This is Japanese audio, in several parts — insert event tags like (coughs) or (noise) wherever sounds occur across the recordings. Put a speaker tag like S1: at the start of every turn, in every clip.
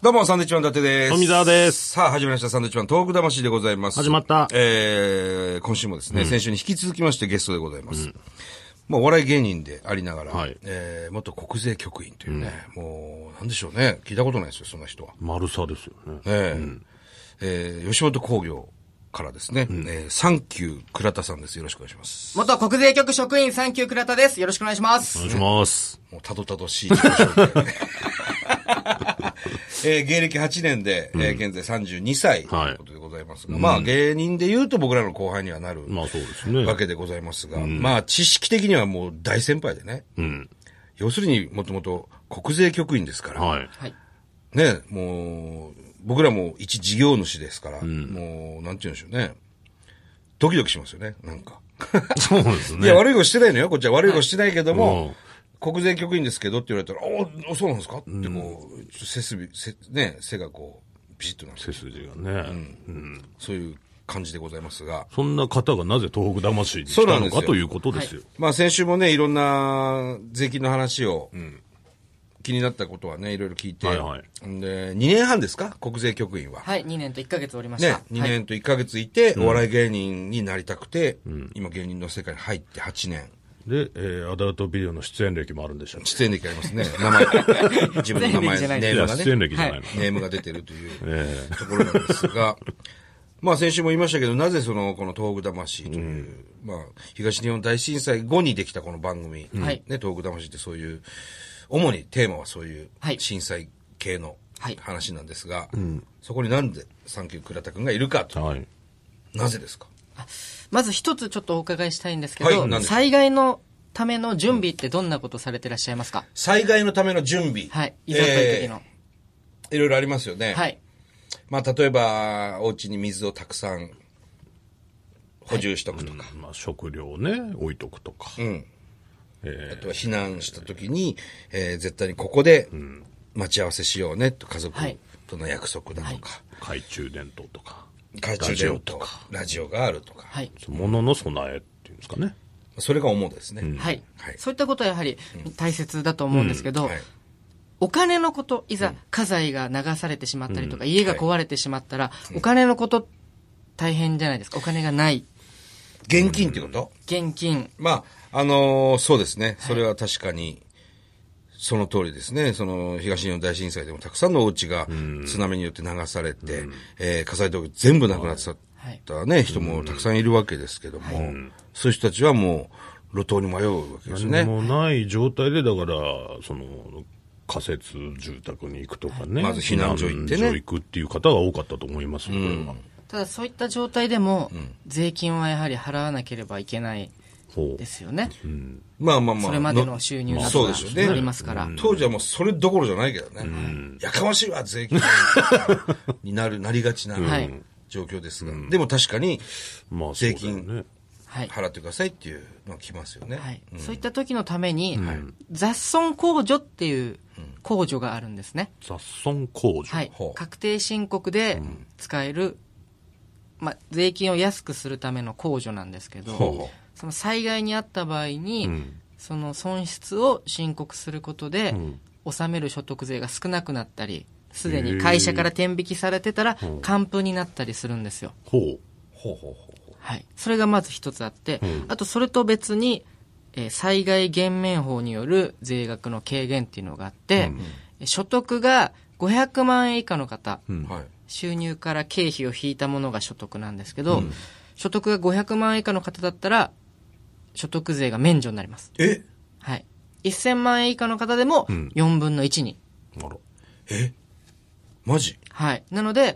S1: どうも、サンドイッチマン伊達です。
S2: 富澤です
S1: さあ、始まりました、サンドイッチマントーク魂でございます。
S2: 始まった
S1: えー、今週もですね、先週に引き続きましてゲストでございます。まあ、お笑い芸人でありながら、
S2: はい
S1: えー、元国税局員というね、もう、なんでしょうね、聞いたことないですよ、そんな人は。
S2: 丸さですよね。
S1: えーえー吉本興業からですね、えーサンキュー倉田さんです。よろしくお願いします。
S3: 元国税局職員三級倉田です。よろしくお願いしま
S2: お
S3: す。
S2: 願いします。
S1: もうたどたどしい自己紹介。 (laughs) えー芸歴8年で、えー現在32歳ということでございますが、まあ芸人で言うと僕らの後輩にはなる、
S2: まあそうですね。
S1: わけでございますが、まあ知識的にはもう大先輩でね、
S2: うん。
S1: 要するにもともと国税局員ですから、
S2: はい。
S3: はい。
S1: ね、もう僕らも一事業主ですから、もうなんて言うんでしょうね、ドキドキしますよね、なんか。
S2: そうです
S1: いや、
S2: ね。
S1: 悪いことしてないのよ。こっちは悪いことしてないけど
S2: うん
S1: も、国税局員ですけどって言われたら、おお、そうなんですかってこう、ちょっと背筋、せね、背がこう、ビシッとなる。
S2: 背筋がね。
S1: そういう感じでございますが。
S2: そんな方がなぜ東北魂に
S1: そ
S2: 来
S1: うな
S2: た
S1: んで
S2: の
S1: すよ
S2: かということですよ。
S1: まあ先週もね、いろんな税金の話を、気になったことはね、いろいろ聞いて、
S2: はいはい
S1: んで、2年半ですか国税局員は。
S3: はい、2年と1ヶ月おりました。
S1: ね、2年と1ヶ月いて、お笑い芸人になりたくて、今芸人の世界に入って8年。
S2: で、えーアダルトビデオの出演歴もあるんでしょう。
S1: 出演歴ありますね。名
S2: (laughs)
S1: 前。自分の名
S3: 出演歴じゃな
S1: 前、
S3: い
S1: ネー
S2: い
S1: ム
S2: や、
S1: がね。
S2: 出演歴じゃないの。
S1: ネームが出てるという
S2: え
S1: ところなんですが、まあ先週も言いましたけど、なぜその、この東北魂という、まあ東日本大震災後にできたこの番組、
S3: はい
S1: ね、東北魂ってそういう、主にテーマはそういう
S3: はい
S1: 震災系の
S3: はい
S1: 話なんですが、そこになんでサンキュー倉田くんがいるかと、
S2: はい。
S1: なぜですか
S3: まず一つちょっとお伺いしたいんですけ
S1: はい
S3: ど、
S1: 何でしょう
S3: 災害のための準備ってどんなことされてらっしゃいますか、
S1: 災害のための準備。
S3: はい。いざという時の。
S1: えーいろいろありますよね。
S3: はい。
S1: まあ例えば、お家に水をたくさん補充しとくとか。
S2: まあ食料をね、置いとくとか。
S1: うん。
S2: え
S1: あとは避難した時に、えー絶対にここで待ち合わせしようねと家族
S3: はい
S1: との約束だとか、
S2: ー懐中電灯とか。
S1: 懐中電灯、ラジオがあるとか、
S3: はい。
S2: 物の備えっていうんですかね。
S1: それが主ですね。
S3: はい
S1: はい。
S3: そういったことはやはり大切だと思うんですけど、
S1: はい
S3: お金のこと、いざ家財が流されてしまったりとか、家が壊れてしまったら、お金のこと大変じゃないですか。お金がない。
S1: 現金ってこと、
S3: 現金。
S1: まあ、あのーそうですね。それは確かに、その通りですね。その、東日本大震災でもたくさんのお家が津波によって流されて、えー火災道具全部なくなってた
S3: はい
S1: ね、人もたくさんいるわけですけども、そういう人たちはもう、路頭に迷うわけですよね。
S2: 何もない状態で、だから、その、仮設住宅に行くとかね。
S1: まず避難所行ってね
S2: 避難所行くっていう方が多かったと思いますよ、これは。
S3: ただそういった状態でも、税金はやはり払わなければいけない
S2: ほう
S3: で。すよね。
S1: まあまあまあ。
S3: それまでの収入だ
S1: そ
S3: と
S1: う
S3: か
S1: でしょうね。
S3: ありますから。
S1: 当時はもうそれどころじゃないけどね。やかましいわ、税金。になる、なりがちな
S3: はい
S1: 状況ですが。でも確かに、
S2: まあ、
S1: 税
S2: そうだよ
S1: 金
S2: ね。
S3: はい。
S1: 払ってくださいっていうのは来ますよね。
S3: はい。そういった時のために、雑損控除っていう控除があるんですね。
S2: 雑損控除。
S3: はい
S1: ほう。
S3: 確定申告で使える、まあ、税金を安くするための控除なんですけ
S1: ほう
S3: ど
S1: ほ、
S3: その災害にあった場合に
S2: ん、
S3: その損失を申告することで、
S2: ん
S3: 納める所得税が少なくなったり、すでに会社から転引きされてたら、還付になったりするんですよ。
S2: ほう。
S1: ほうほうほうほ
S3: はい。それがまず一つあって、あとそれと別に、えー災害減免法による税額の軽減っていうのがあって、所得が500万円以下の方、
S1: う。はい。
S3: 収入から経費を引いたものが所得なんですけど、所得が500万円以下の方だったら、所得税が免除になります。
S1: え
S3: はい。1000万円以下の方でも、4分の1に。
S2: あら。
S1: えマジ
S3: はい。なので、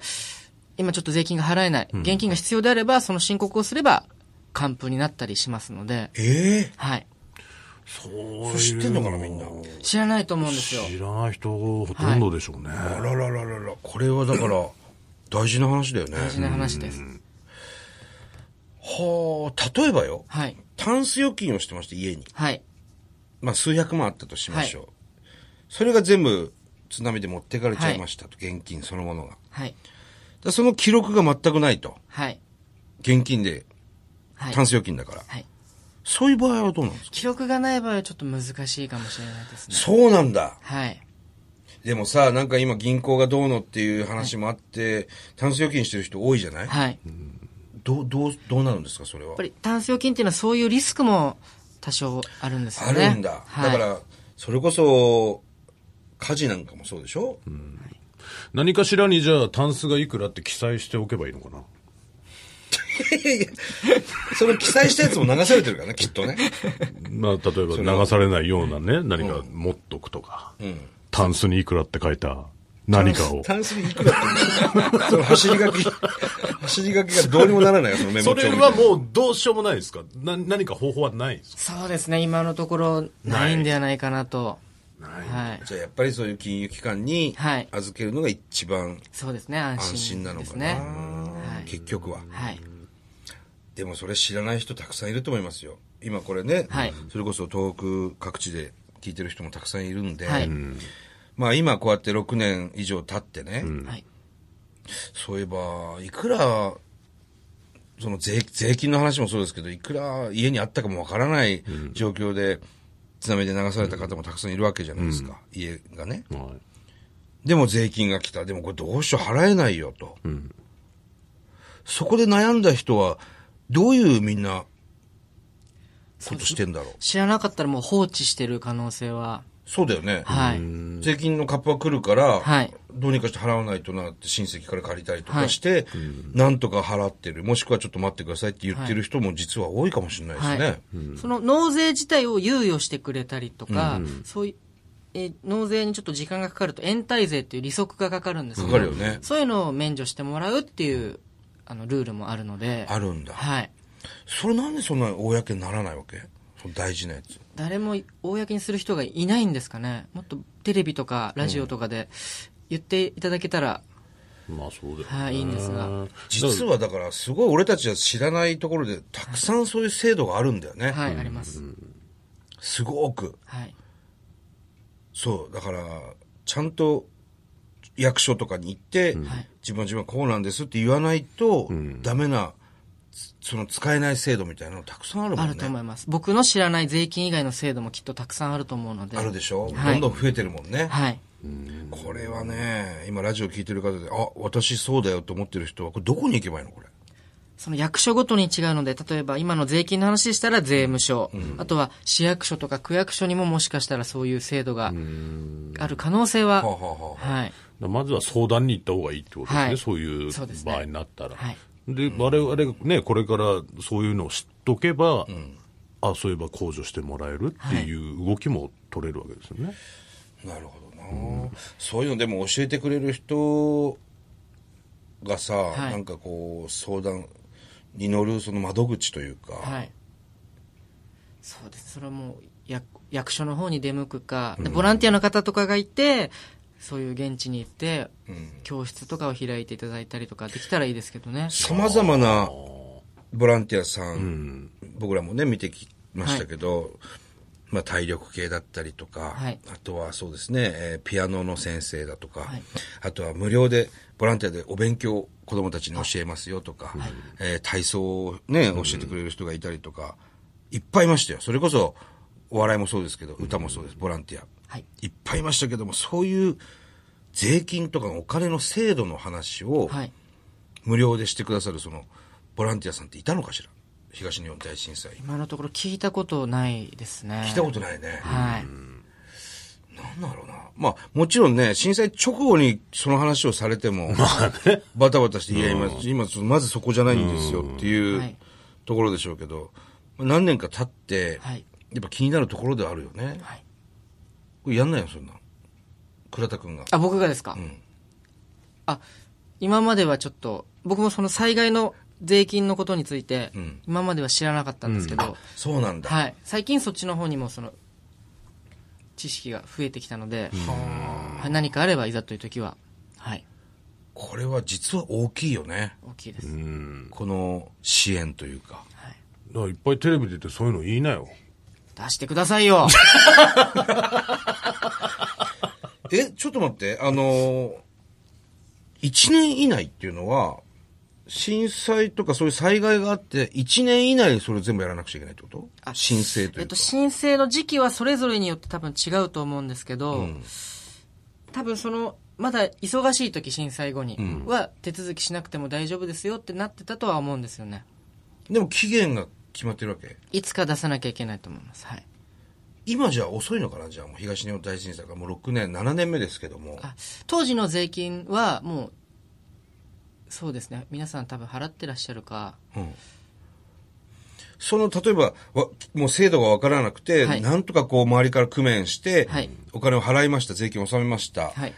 S3: 今ちょっと税金が払えない。現金が必要であれば、その申告をすれば、還付になったりしますので、
S1: ええ
S3: はい。
S2: そう
S1: それ知ってんのかな、みんな。
S3: 知らないと思うんですよ。
S2: 知らない人ほとんどでしょうね。
S1: あららららら、これはだ
S3: (coughs)
S1: から、大事な話だよね。
S3: 大事な話です。
S1: はあ、例えばよ、
S3: はい。
S1: タンス預金をしてまして、家に。
S3: はい。
S1: まあ、数百万あったとしましょう。それが全部、津波で持ってかれちゃいましたと、現金そのものが。
S3: はい。
S1: でその記録が全くないと。
S3: はい。
S1: 現金で、
S3: はい。
S1: タンス預金だから。
S3: はい。
S1: そういう場合はどうなんですか
S3: 記録がない場合はちょっと難しいかもしれないですね。
S1: そうなんだ。
S3: はい。
S1: でもさ、なんか今銀行がどうのっていう話もあって、タンス預金してる人多いじゃない
S3: はい。や
S1: どう、どう、どうなるんですか、それは
S3: っぱ。り、タンス預金っていうのはそういうリスクも多少あるんです
S1: あ
S3: よね。
S1: るんだ。
S3: は
S1: だ
S3: い、
S1: から、それこそ、火事なんかもそうでしょ
S2: 何かしらにじゃあ、タンスがいくらって記載しておけばいいのかな。
S1: その記載したやつも流されてるからね、きっとね。
S2: まあ、例えば流されないようなね、何か持っとくとか、タンスにいくらって書いた何かを。
S1: (laughs) タンスにいくらって。
S2: (laughs)
S1: その走り書き、走り書きがどうにもならないよ、そのメモ
S2: そ
S1: 帳みた
S2: れ
S1: いな。
S2: はもうどうしようもないですかな何か方法はないですか
S3: そうですね、今のところないんではないかなと。はい。
S1: じゃあやっぱりそういう金融機関に
S3: はい
S1: 預けるのが一番
S3: そうですね、安心
S1: 安心なの
S3: です
S1: かな。
S3: ね。はい
S1: 結局は。
S3: はい。
S1: でもそれ知らない人たくさんいると思いますよ。今これね、
S3: はい
S1: それこそ東北各地で聞いてる人もたくさんいるんで、
S3: はい。
S1: まあ今こうやって6年以上経ってね、
S3: はい。
S1: そういえば、いくら、その税税金の話もそうですけど、いくら家にあったかもわからない状況で、津波で流された方もたくさんいるわけじゃないですか、家がね。
S2: はい
S1: でも税金が来た。でもこれどうしよう払えないよと。そこで悩んだ人は、どういうみんなことしてんだろう。
S3: 知らなかったらもう放置してる可能性は。
S1: そうだよね。
S3: はい。
S1: 税金のカップが来るから、
S3: はい
S1: どうにかして払わないとなって親戚から借りたりとかして、なんとか払ってる、もしくはちょっと待ってくださいって言ってる人も実は多いかもしれないですね。
S3: はいその納税自体を猶予してくれたりとか、そういう、えー納税にちょっと時間がかかると延滞税っていう利息がかかるんですけど
S1: かかるよね
S3: そういうのを免除してもらうっていう、あの、ルールもあるので。
S1: あるんだ。
S3: はい。
S1: それなんでそんな公にならないわけその大事なやつ。
S3: 誰も公にする人がいないんですかね。もっとテレビとかラジオとかで言っていただけたら、
S2: まあそうだよね。
S3: はいいいんですが
S1: 実はだからすごい俺たちは知らないところでたくさんそういう制度があるんだよね。
S3: はい、あります。
S1: すごく。
S3: はい。
S1: そう。だから、ちゃんと役所とかに行って、
S3: はい
S1: 自分は自分はこうなんですって言わないと、ダメな、つその使えない制度みたいなのたくさんあるも
S3: あ
S1: んね。
S3: ると思います。僕の知らない税金以外の制度もきっとたくさんあると思うので。
S1: あるでしょ、
S3: はい
S1: どんどん増えてるもんね。
S3: はい。
S1: これはね、今ラジオ聞いてる方で、あ、私そうだよと思ってる人は、これどこに行けばいいのこれ。
S3: その役所ごとに違うので、例えば今の税金の話でしたら税務署、あとは市役所とか区役所にももしかしたらそういう制度がある可能性
S1: は
S3: は、
S1: あ、はあはあ、
S3: はい。
S2: まずは相談に行った方がいいってことですね、
S3: はい
S2: そういう
S3: そうですね
S2: 場合になったら。
S3: はい
S2: で、我々がね、これからそういうのを知っとけば、あ、そういえば控除してもらえるっていう動きも取れるわけですよね。
S1: なるほどな、そういうのでも教えてくれる人がさ、
S3: い
S1: なんかこう、相談に乗るその窓口というか、
S3: はい。そうです。それはもう役、役所の方に出向くか、でボランティアの方とかがいて、そういう現地に行って、教室とかを開いていただいたりとかできたらいいですけどね。
S1: さまざまなボランティアさん、僕らもね、見てきましたけど、まあ、体力系だったりとか、
S3: はい
S1: あとはそうですね、えーピアノの先生だとか、
S3: はい
S1: あとは無料で、ボランティアでお勉強を子供たちに教えますよとか、えー体操をね、教えてくれる人がいたりとか、いっぱいいましたよ。それこそ、お笑いもそうですけど、歌もそうです、ボランティア。
S3: はい。
S1: いっぱいいましたけども、そういう税金とかお金の制度の話を、
S3: はい。
S1: 無料でしてくださるそのボランティアさんっていたのかしら東日本大震災
S3: 今のところ聞いたことないですね。
S1: 聞いたことないね、
S3: はい。
S1: なんだろうなまあもちろんね震災直後にその話をされても、
S3: (laughs)
S1: バタバタしていや今今そのまずそこじゃないんですよっていう、
S3: はい
S1: ところでしょうけどまあ何年か経って、
S3: はい
S1: やっぱ気になるところではあるよね
S3: はい。
S1: これやんないよそんなん倉田君が
S3: あ、僕がですか、あ、今まではちょっと、僕もその災害の税金のことについて、今までは知らなかったんですけど、
S1: そうなんだ、
S3: はい。最近そっちの方にもその、知識が増えてきたので、はい何かあればいざという時は、はい。
S1: これは実は大きいよね
S3: 大きいです。
S1: この支援というか
S3: はい。
S2: だからいっぱいテレビ出てそういうの言いなよ。
S3: 出してくださいよ
S1: え、ちょっと待って、あのー、1年以内っていうのは、震災とかそういう災害があって、1年以内にそれ全部やらなくちゃいけないってこと
S3: あ
S1: 申請とい
S3: え
S1: う
S3: っ
S1: か
S3: と、。申請の時期はそれぞれによって多分違うと思うんですけど、多分そのまだ忙しい時震災後には手続きしなくても大丈夫ですよってなってたとは思うんですよね
S1: でも期限が決まってるわけ
S3: いつか出さなきゃいけないと思いますはい
S1: 今じゃ遅いのかなじゃあもう東日本大震災がもう6年、7年目ですけども。
S3: あ当時の税金はもうそうですね皆さん多分払ってらっしゃるか
S1: うんその、例えば、わもう制度がわからなくて、
S3: はい
S1: なんとかこう周りから工面して、
S3: はい
S1: お金を払いました、税金を納めました。
S3: はい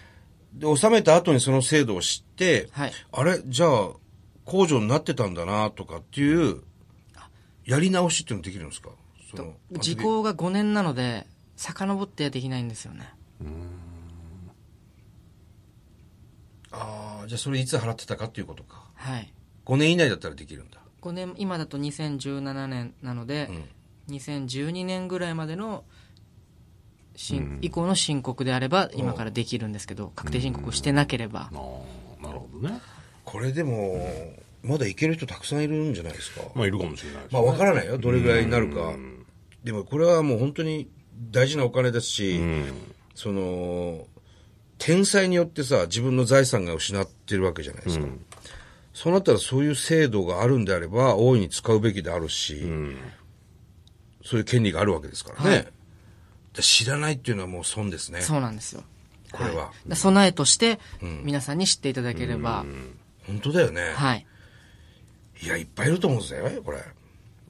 S1: で、納めた後にその制度を知って、
S3: はい
S1: あれ、じゃあ、控除になってたんだな、とかっていう、やり直しっていうのできるんですかその
S3: 時効が5年なので遡ってできないんですよね
S1: ああ、じゃあそれいつ払ってたかっていうことか。
S3: はい
S1: 5年以内だったらできるんだ。
S3: 5年今だと2017年なので、2012年ぐらいまでの申以降の申告であれば今からできるんですけど確定申告をしてなければ
S2: ああなるほどね
S1: これでも、まだいける人たくさんいるんじゃないですか。
S2: まあいるかもしれないです
S1: まあ、わからないよ。どれぐらいになるか。でも、これはもう本当に大事なお金ですし、その、天災によってさ、自分の財産が失ってるわけじゃないですか。そうなったら、そういう制度があるんであれば、大いに使うべきであるし、そういう権利があるわけですからね。
S3: はい
S1: だから知らないっていうのはもう損ですね。
S3: そうなんですよ
S1: これは。
S3: い備えとして皆さんに知っていただければ、
S1: 本当だよね。
S3: はい
S1: いや、いっぱいいると思うんですよね、これ。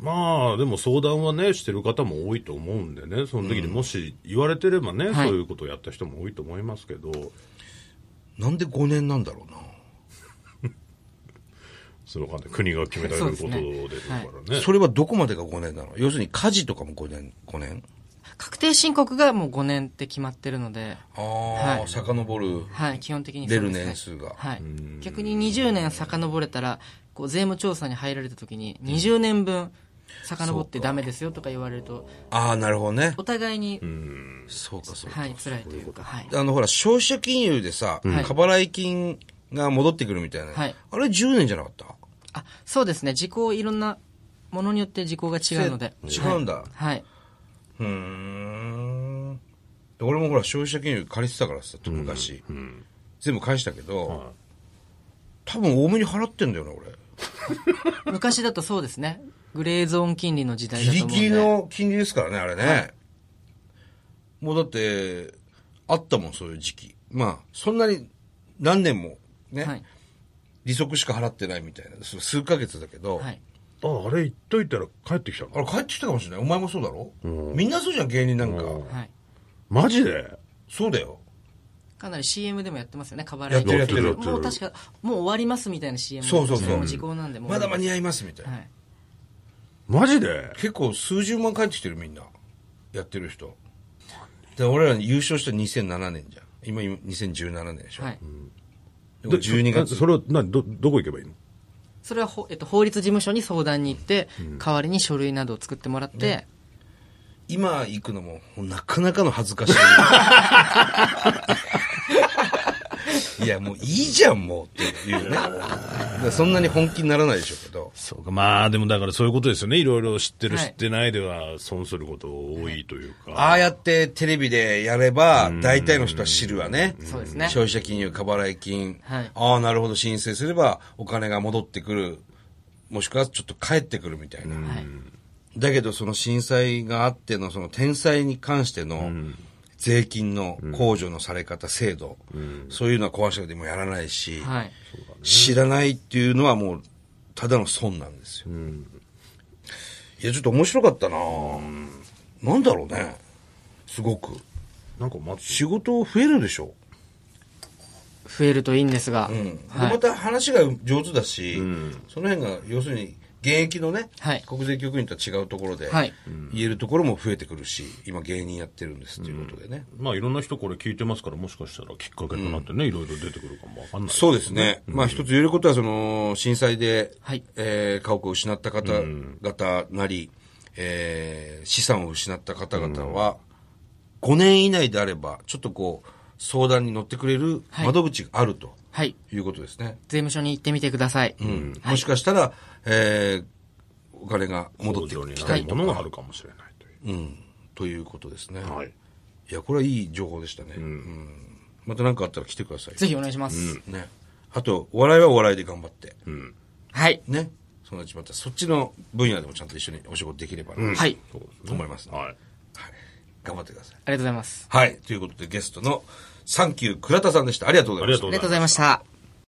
S2: まあでも相談はねしてる方も多いと思うんでねその時にもし言われてればね、
S3: はい
S2: そういうことをやった人も多いと思いますけど、
S1: なんで5年なんだろうな。
S2: それはね国が決められることですからね
S3: そう
S1: それはどこまでが5年なの要するに家事とかも5年、5年
S3: 確定申告がもう5年って決まってるので、
S1: ああ、
S3: はい
S1: 遡る。
S3: はい、基本的にそうですね
S1: 出る年数が
S3: はい、逆に20年遡れたらこう税務調査に入られた時に20年分遡ってダメですよとか言われると
S1: ああ、なるほどね。
S3: お互いに、
S1: そうか、そうか。
S3: はい、辛いというかはい
S1: あの、ほら、消費者金融でさ、過
S3: はい
S1: 払い金が戻ってくるみたいな。
S3: はい
S1: あれ10年じゃなかった
S3: あそうですね時効いろんなものによって時効が違うので
S1: せ違うんだ
S3: はい、
S1: うーん。で俺もほら、消費者金融借りてたからさ、昔。全部返したけど、
S2: はい
S1: 多分多めに払ってんだよな、俺。
S3: はい昔だとそうですねグレーゾーン金利の時代
S1: ギ
S3: だ
S1: リ
S3: と思うんで
S1: ギリの金利ですからね、あれね。もうだって、あったもん、そういう時期。まあ、そんなに何年もね、
S3: はい
S1: 利息しか払ってないみたいな、す数ヶ月だけど、
S3: はい
S2: ああれ言っといたら帰ってきた
S1: あ
S2: の
S1: れ帰ってきたかもしれない。お前もそうだろ、みんなそうじゃん、芸人なんか。
S2: うん
S3: はい、
S2: マジで
S1: そうだよ。
S3: かなり CM でもやってますよね過払い
S1: やってるやって
S2: や
S1: る
S2: って。る
S3: もう確かもう終わりますみたいな CM
S1: そうそうそう
S3: も時効なんでもう
S1: まだ間に合いますみたいな。
S3: はい
S2: マジで
S1: 結構数十万返ってきてる、みんな。やってる人。で俺ら優勝した2007年じゃん。今、今2017年でしょ。
S3: はい、
S1: でも12
S2: で
S1: 月
S2: そ。それは何どどこ行けばいいの
S3: それはほ、えっと、法律事務所に相談に行って、代わりに書類などを作ってもらって、
S1: 今行くのも、なかなかの恥ずかし
S2: (laughs)
S1: い。いや、もういいじゃん、もうっていうね。だからそんなに本気にならないでしょうけど。
S2: そうかまあでもだからそういうことですよねいろいろ知ってる、
S3: はい
S2: 知ってないでは損すること多いというか、
S1: ああやってテレビでやれば、大体の人は知るわね。
S3: そうですね
S1: 消費者金融、過払い金。
S3: はい
S1: ああ、なるほど、申請すればお金が戻ってくる。もしくはちょっと帰ってくるみたいな。
S3: はい、
S1: だけどその震災があってのその天災に関しての税金の控除のされ方、制度、そういうのは壊したくてもやらないし、
S3: はい、
S1: 知らないっていうのはもうただの損なんですよ。いや、ちょっと面白かったな、なんだろうね。すごく。
S2: なんかまず
S1: 仕事増えるでしょ。
S3: 増えるといいんですが、
S1: うんで
S3: はい
S1: また話が上手だし、その辺が要するに現役のね、
S3: はい
S1: 国税局員とは違うところで、
S3: はい
S1: 言えるところも増えてくるし今芸人やってるんですっていうことでね、
S2: まあいろんな人これ聞いてますからもしかしたらきっかけとなってね、いろいろ出てくるかもわかんない
S1: そうですね、まあ一つ言えることはその震災で、
S3: はい
S1: えー家屋を失った方々なり、えー資産を失った方々は、5年以内であればちょっとこう相談に乗ってくれる
S3: はい
S1: 窓口があると
S3: はい、
S1: いうことですね、
S3: 税務署に行ってみてください、
S1: うんもしかしたら、えーお金が戻
S2: 戻
S1: っ
S2: ってて
S1: き
S2: き
S1: た
S2: た
S1: り
S2: い
S1: と
S2: も
S1: か、
S2: のがあるかもしれないという
S1: うん、ということですね。
S2: はい
S1: いや、これはいい情報でしたね。うんまた何かあったら来てください。
S3: ぜひお願いします。
S1: ね。あと、お笑いはお笑いで頑張って。
S3: はい。
S1: ね。そのうちまたそっちの分野でもちゃんと一緒にお仕事できればな、
S3: はい。あり
S1: と思います、はい。
S2: はい。
S1: 頑張ってください。
S3: がとうございます。
S1: はい。ということでゲストのサンキュー倉田さんでした。ありがとうご
S2: あ
S1: ざいま
S2: りが
S1: した
S2: とうご
S3: あ
S2: ざ
S3: りが
S2: い
S3: と
S2: ます
S3: うござい。ました。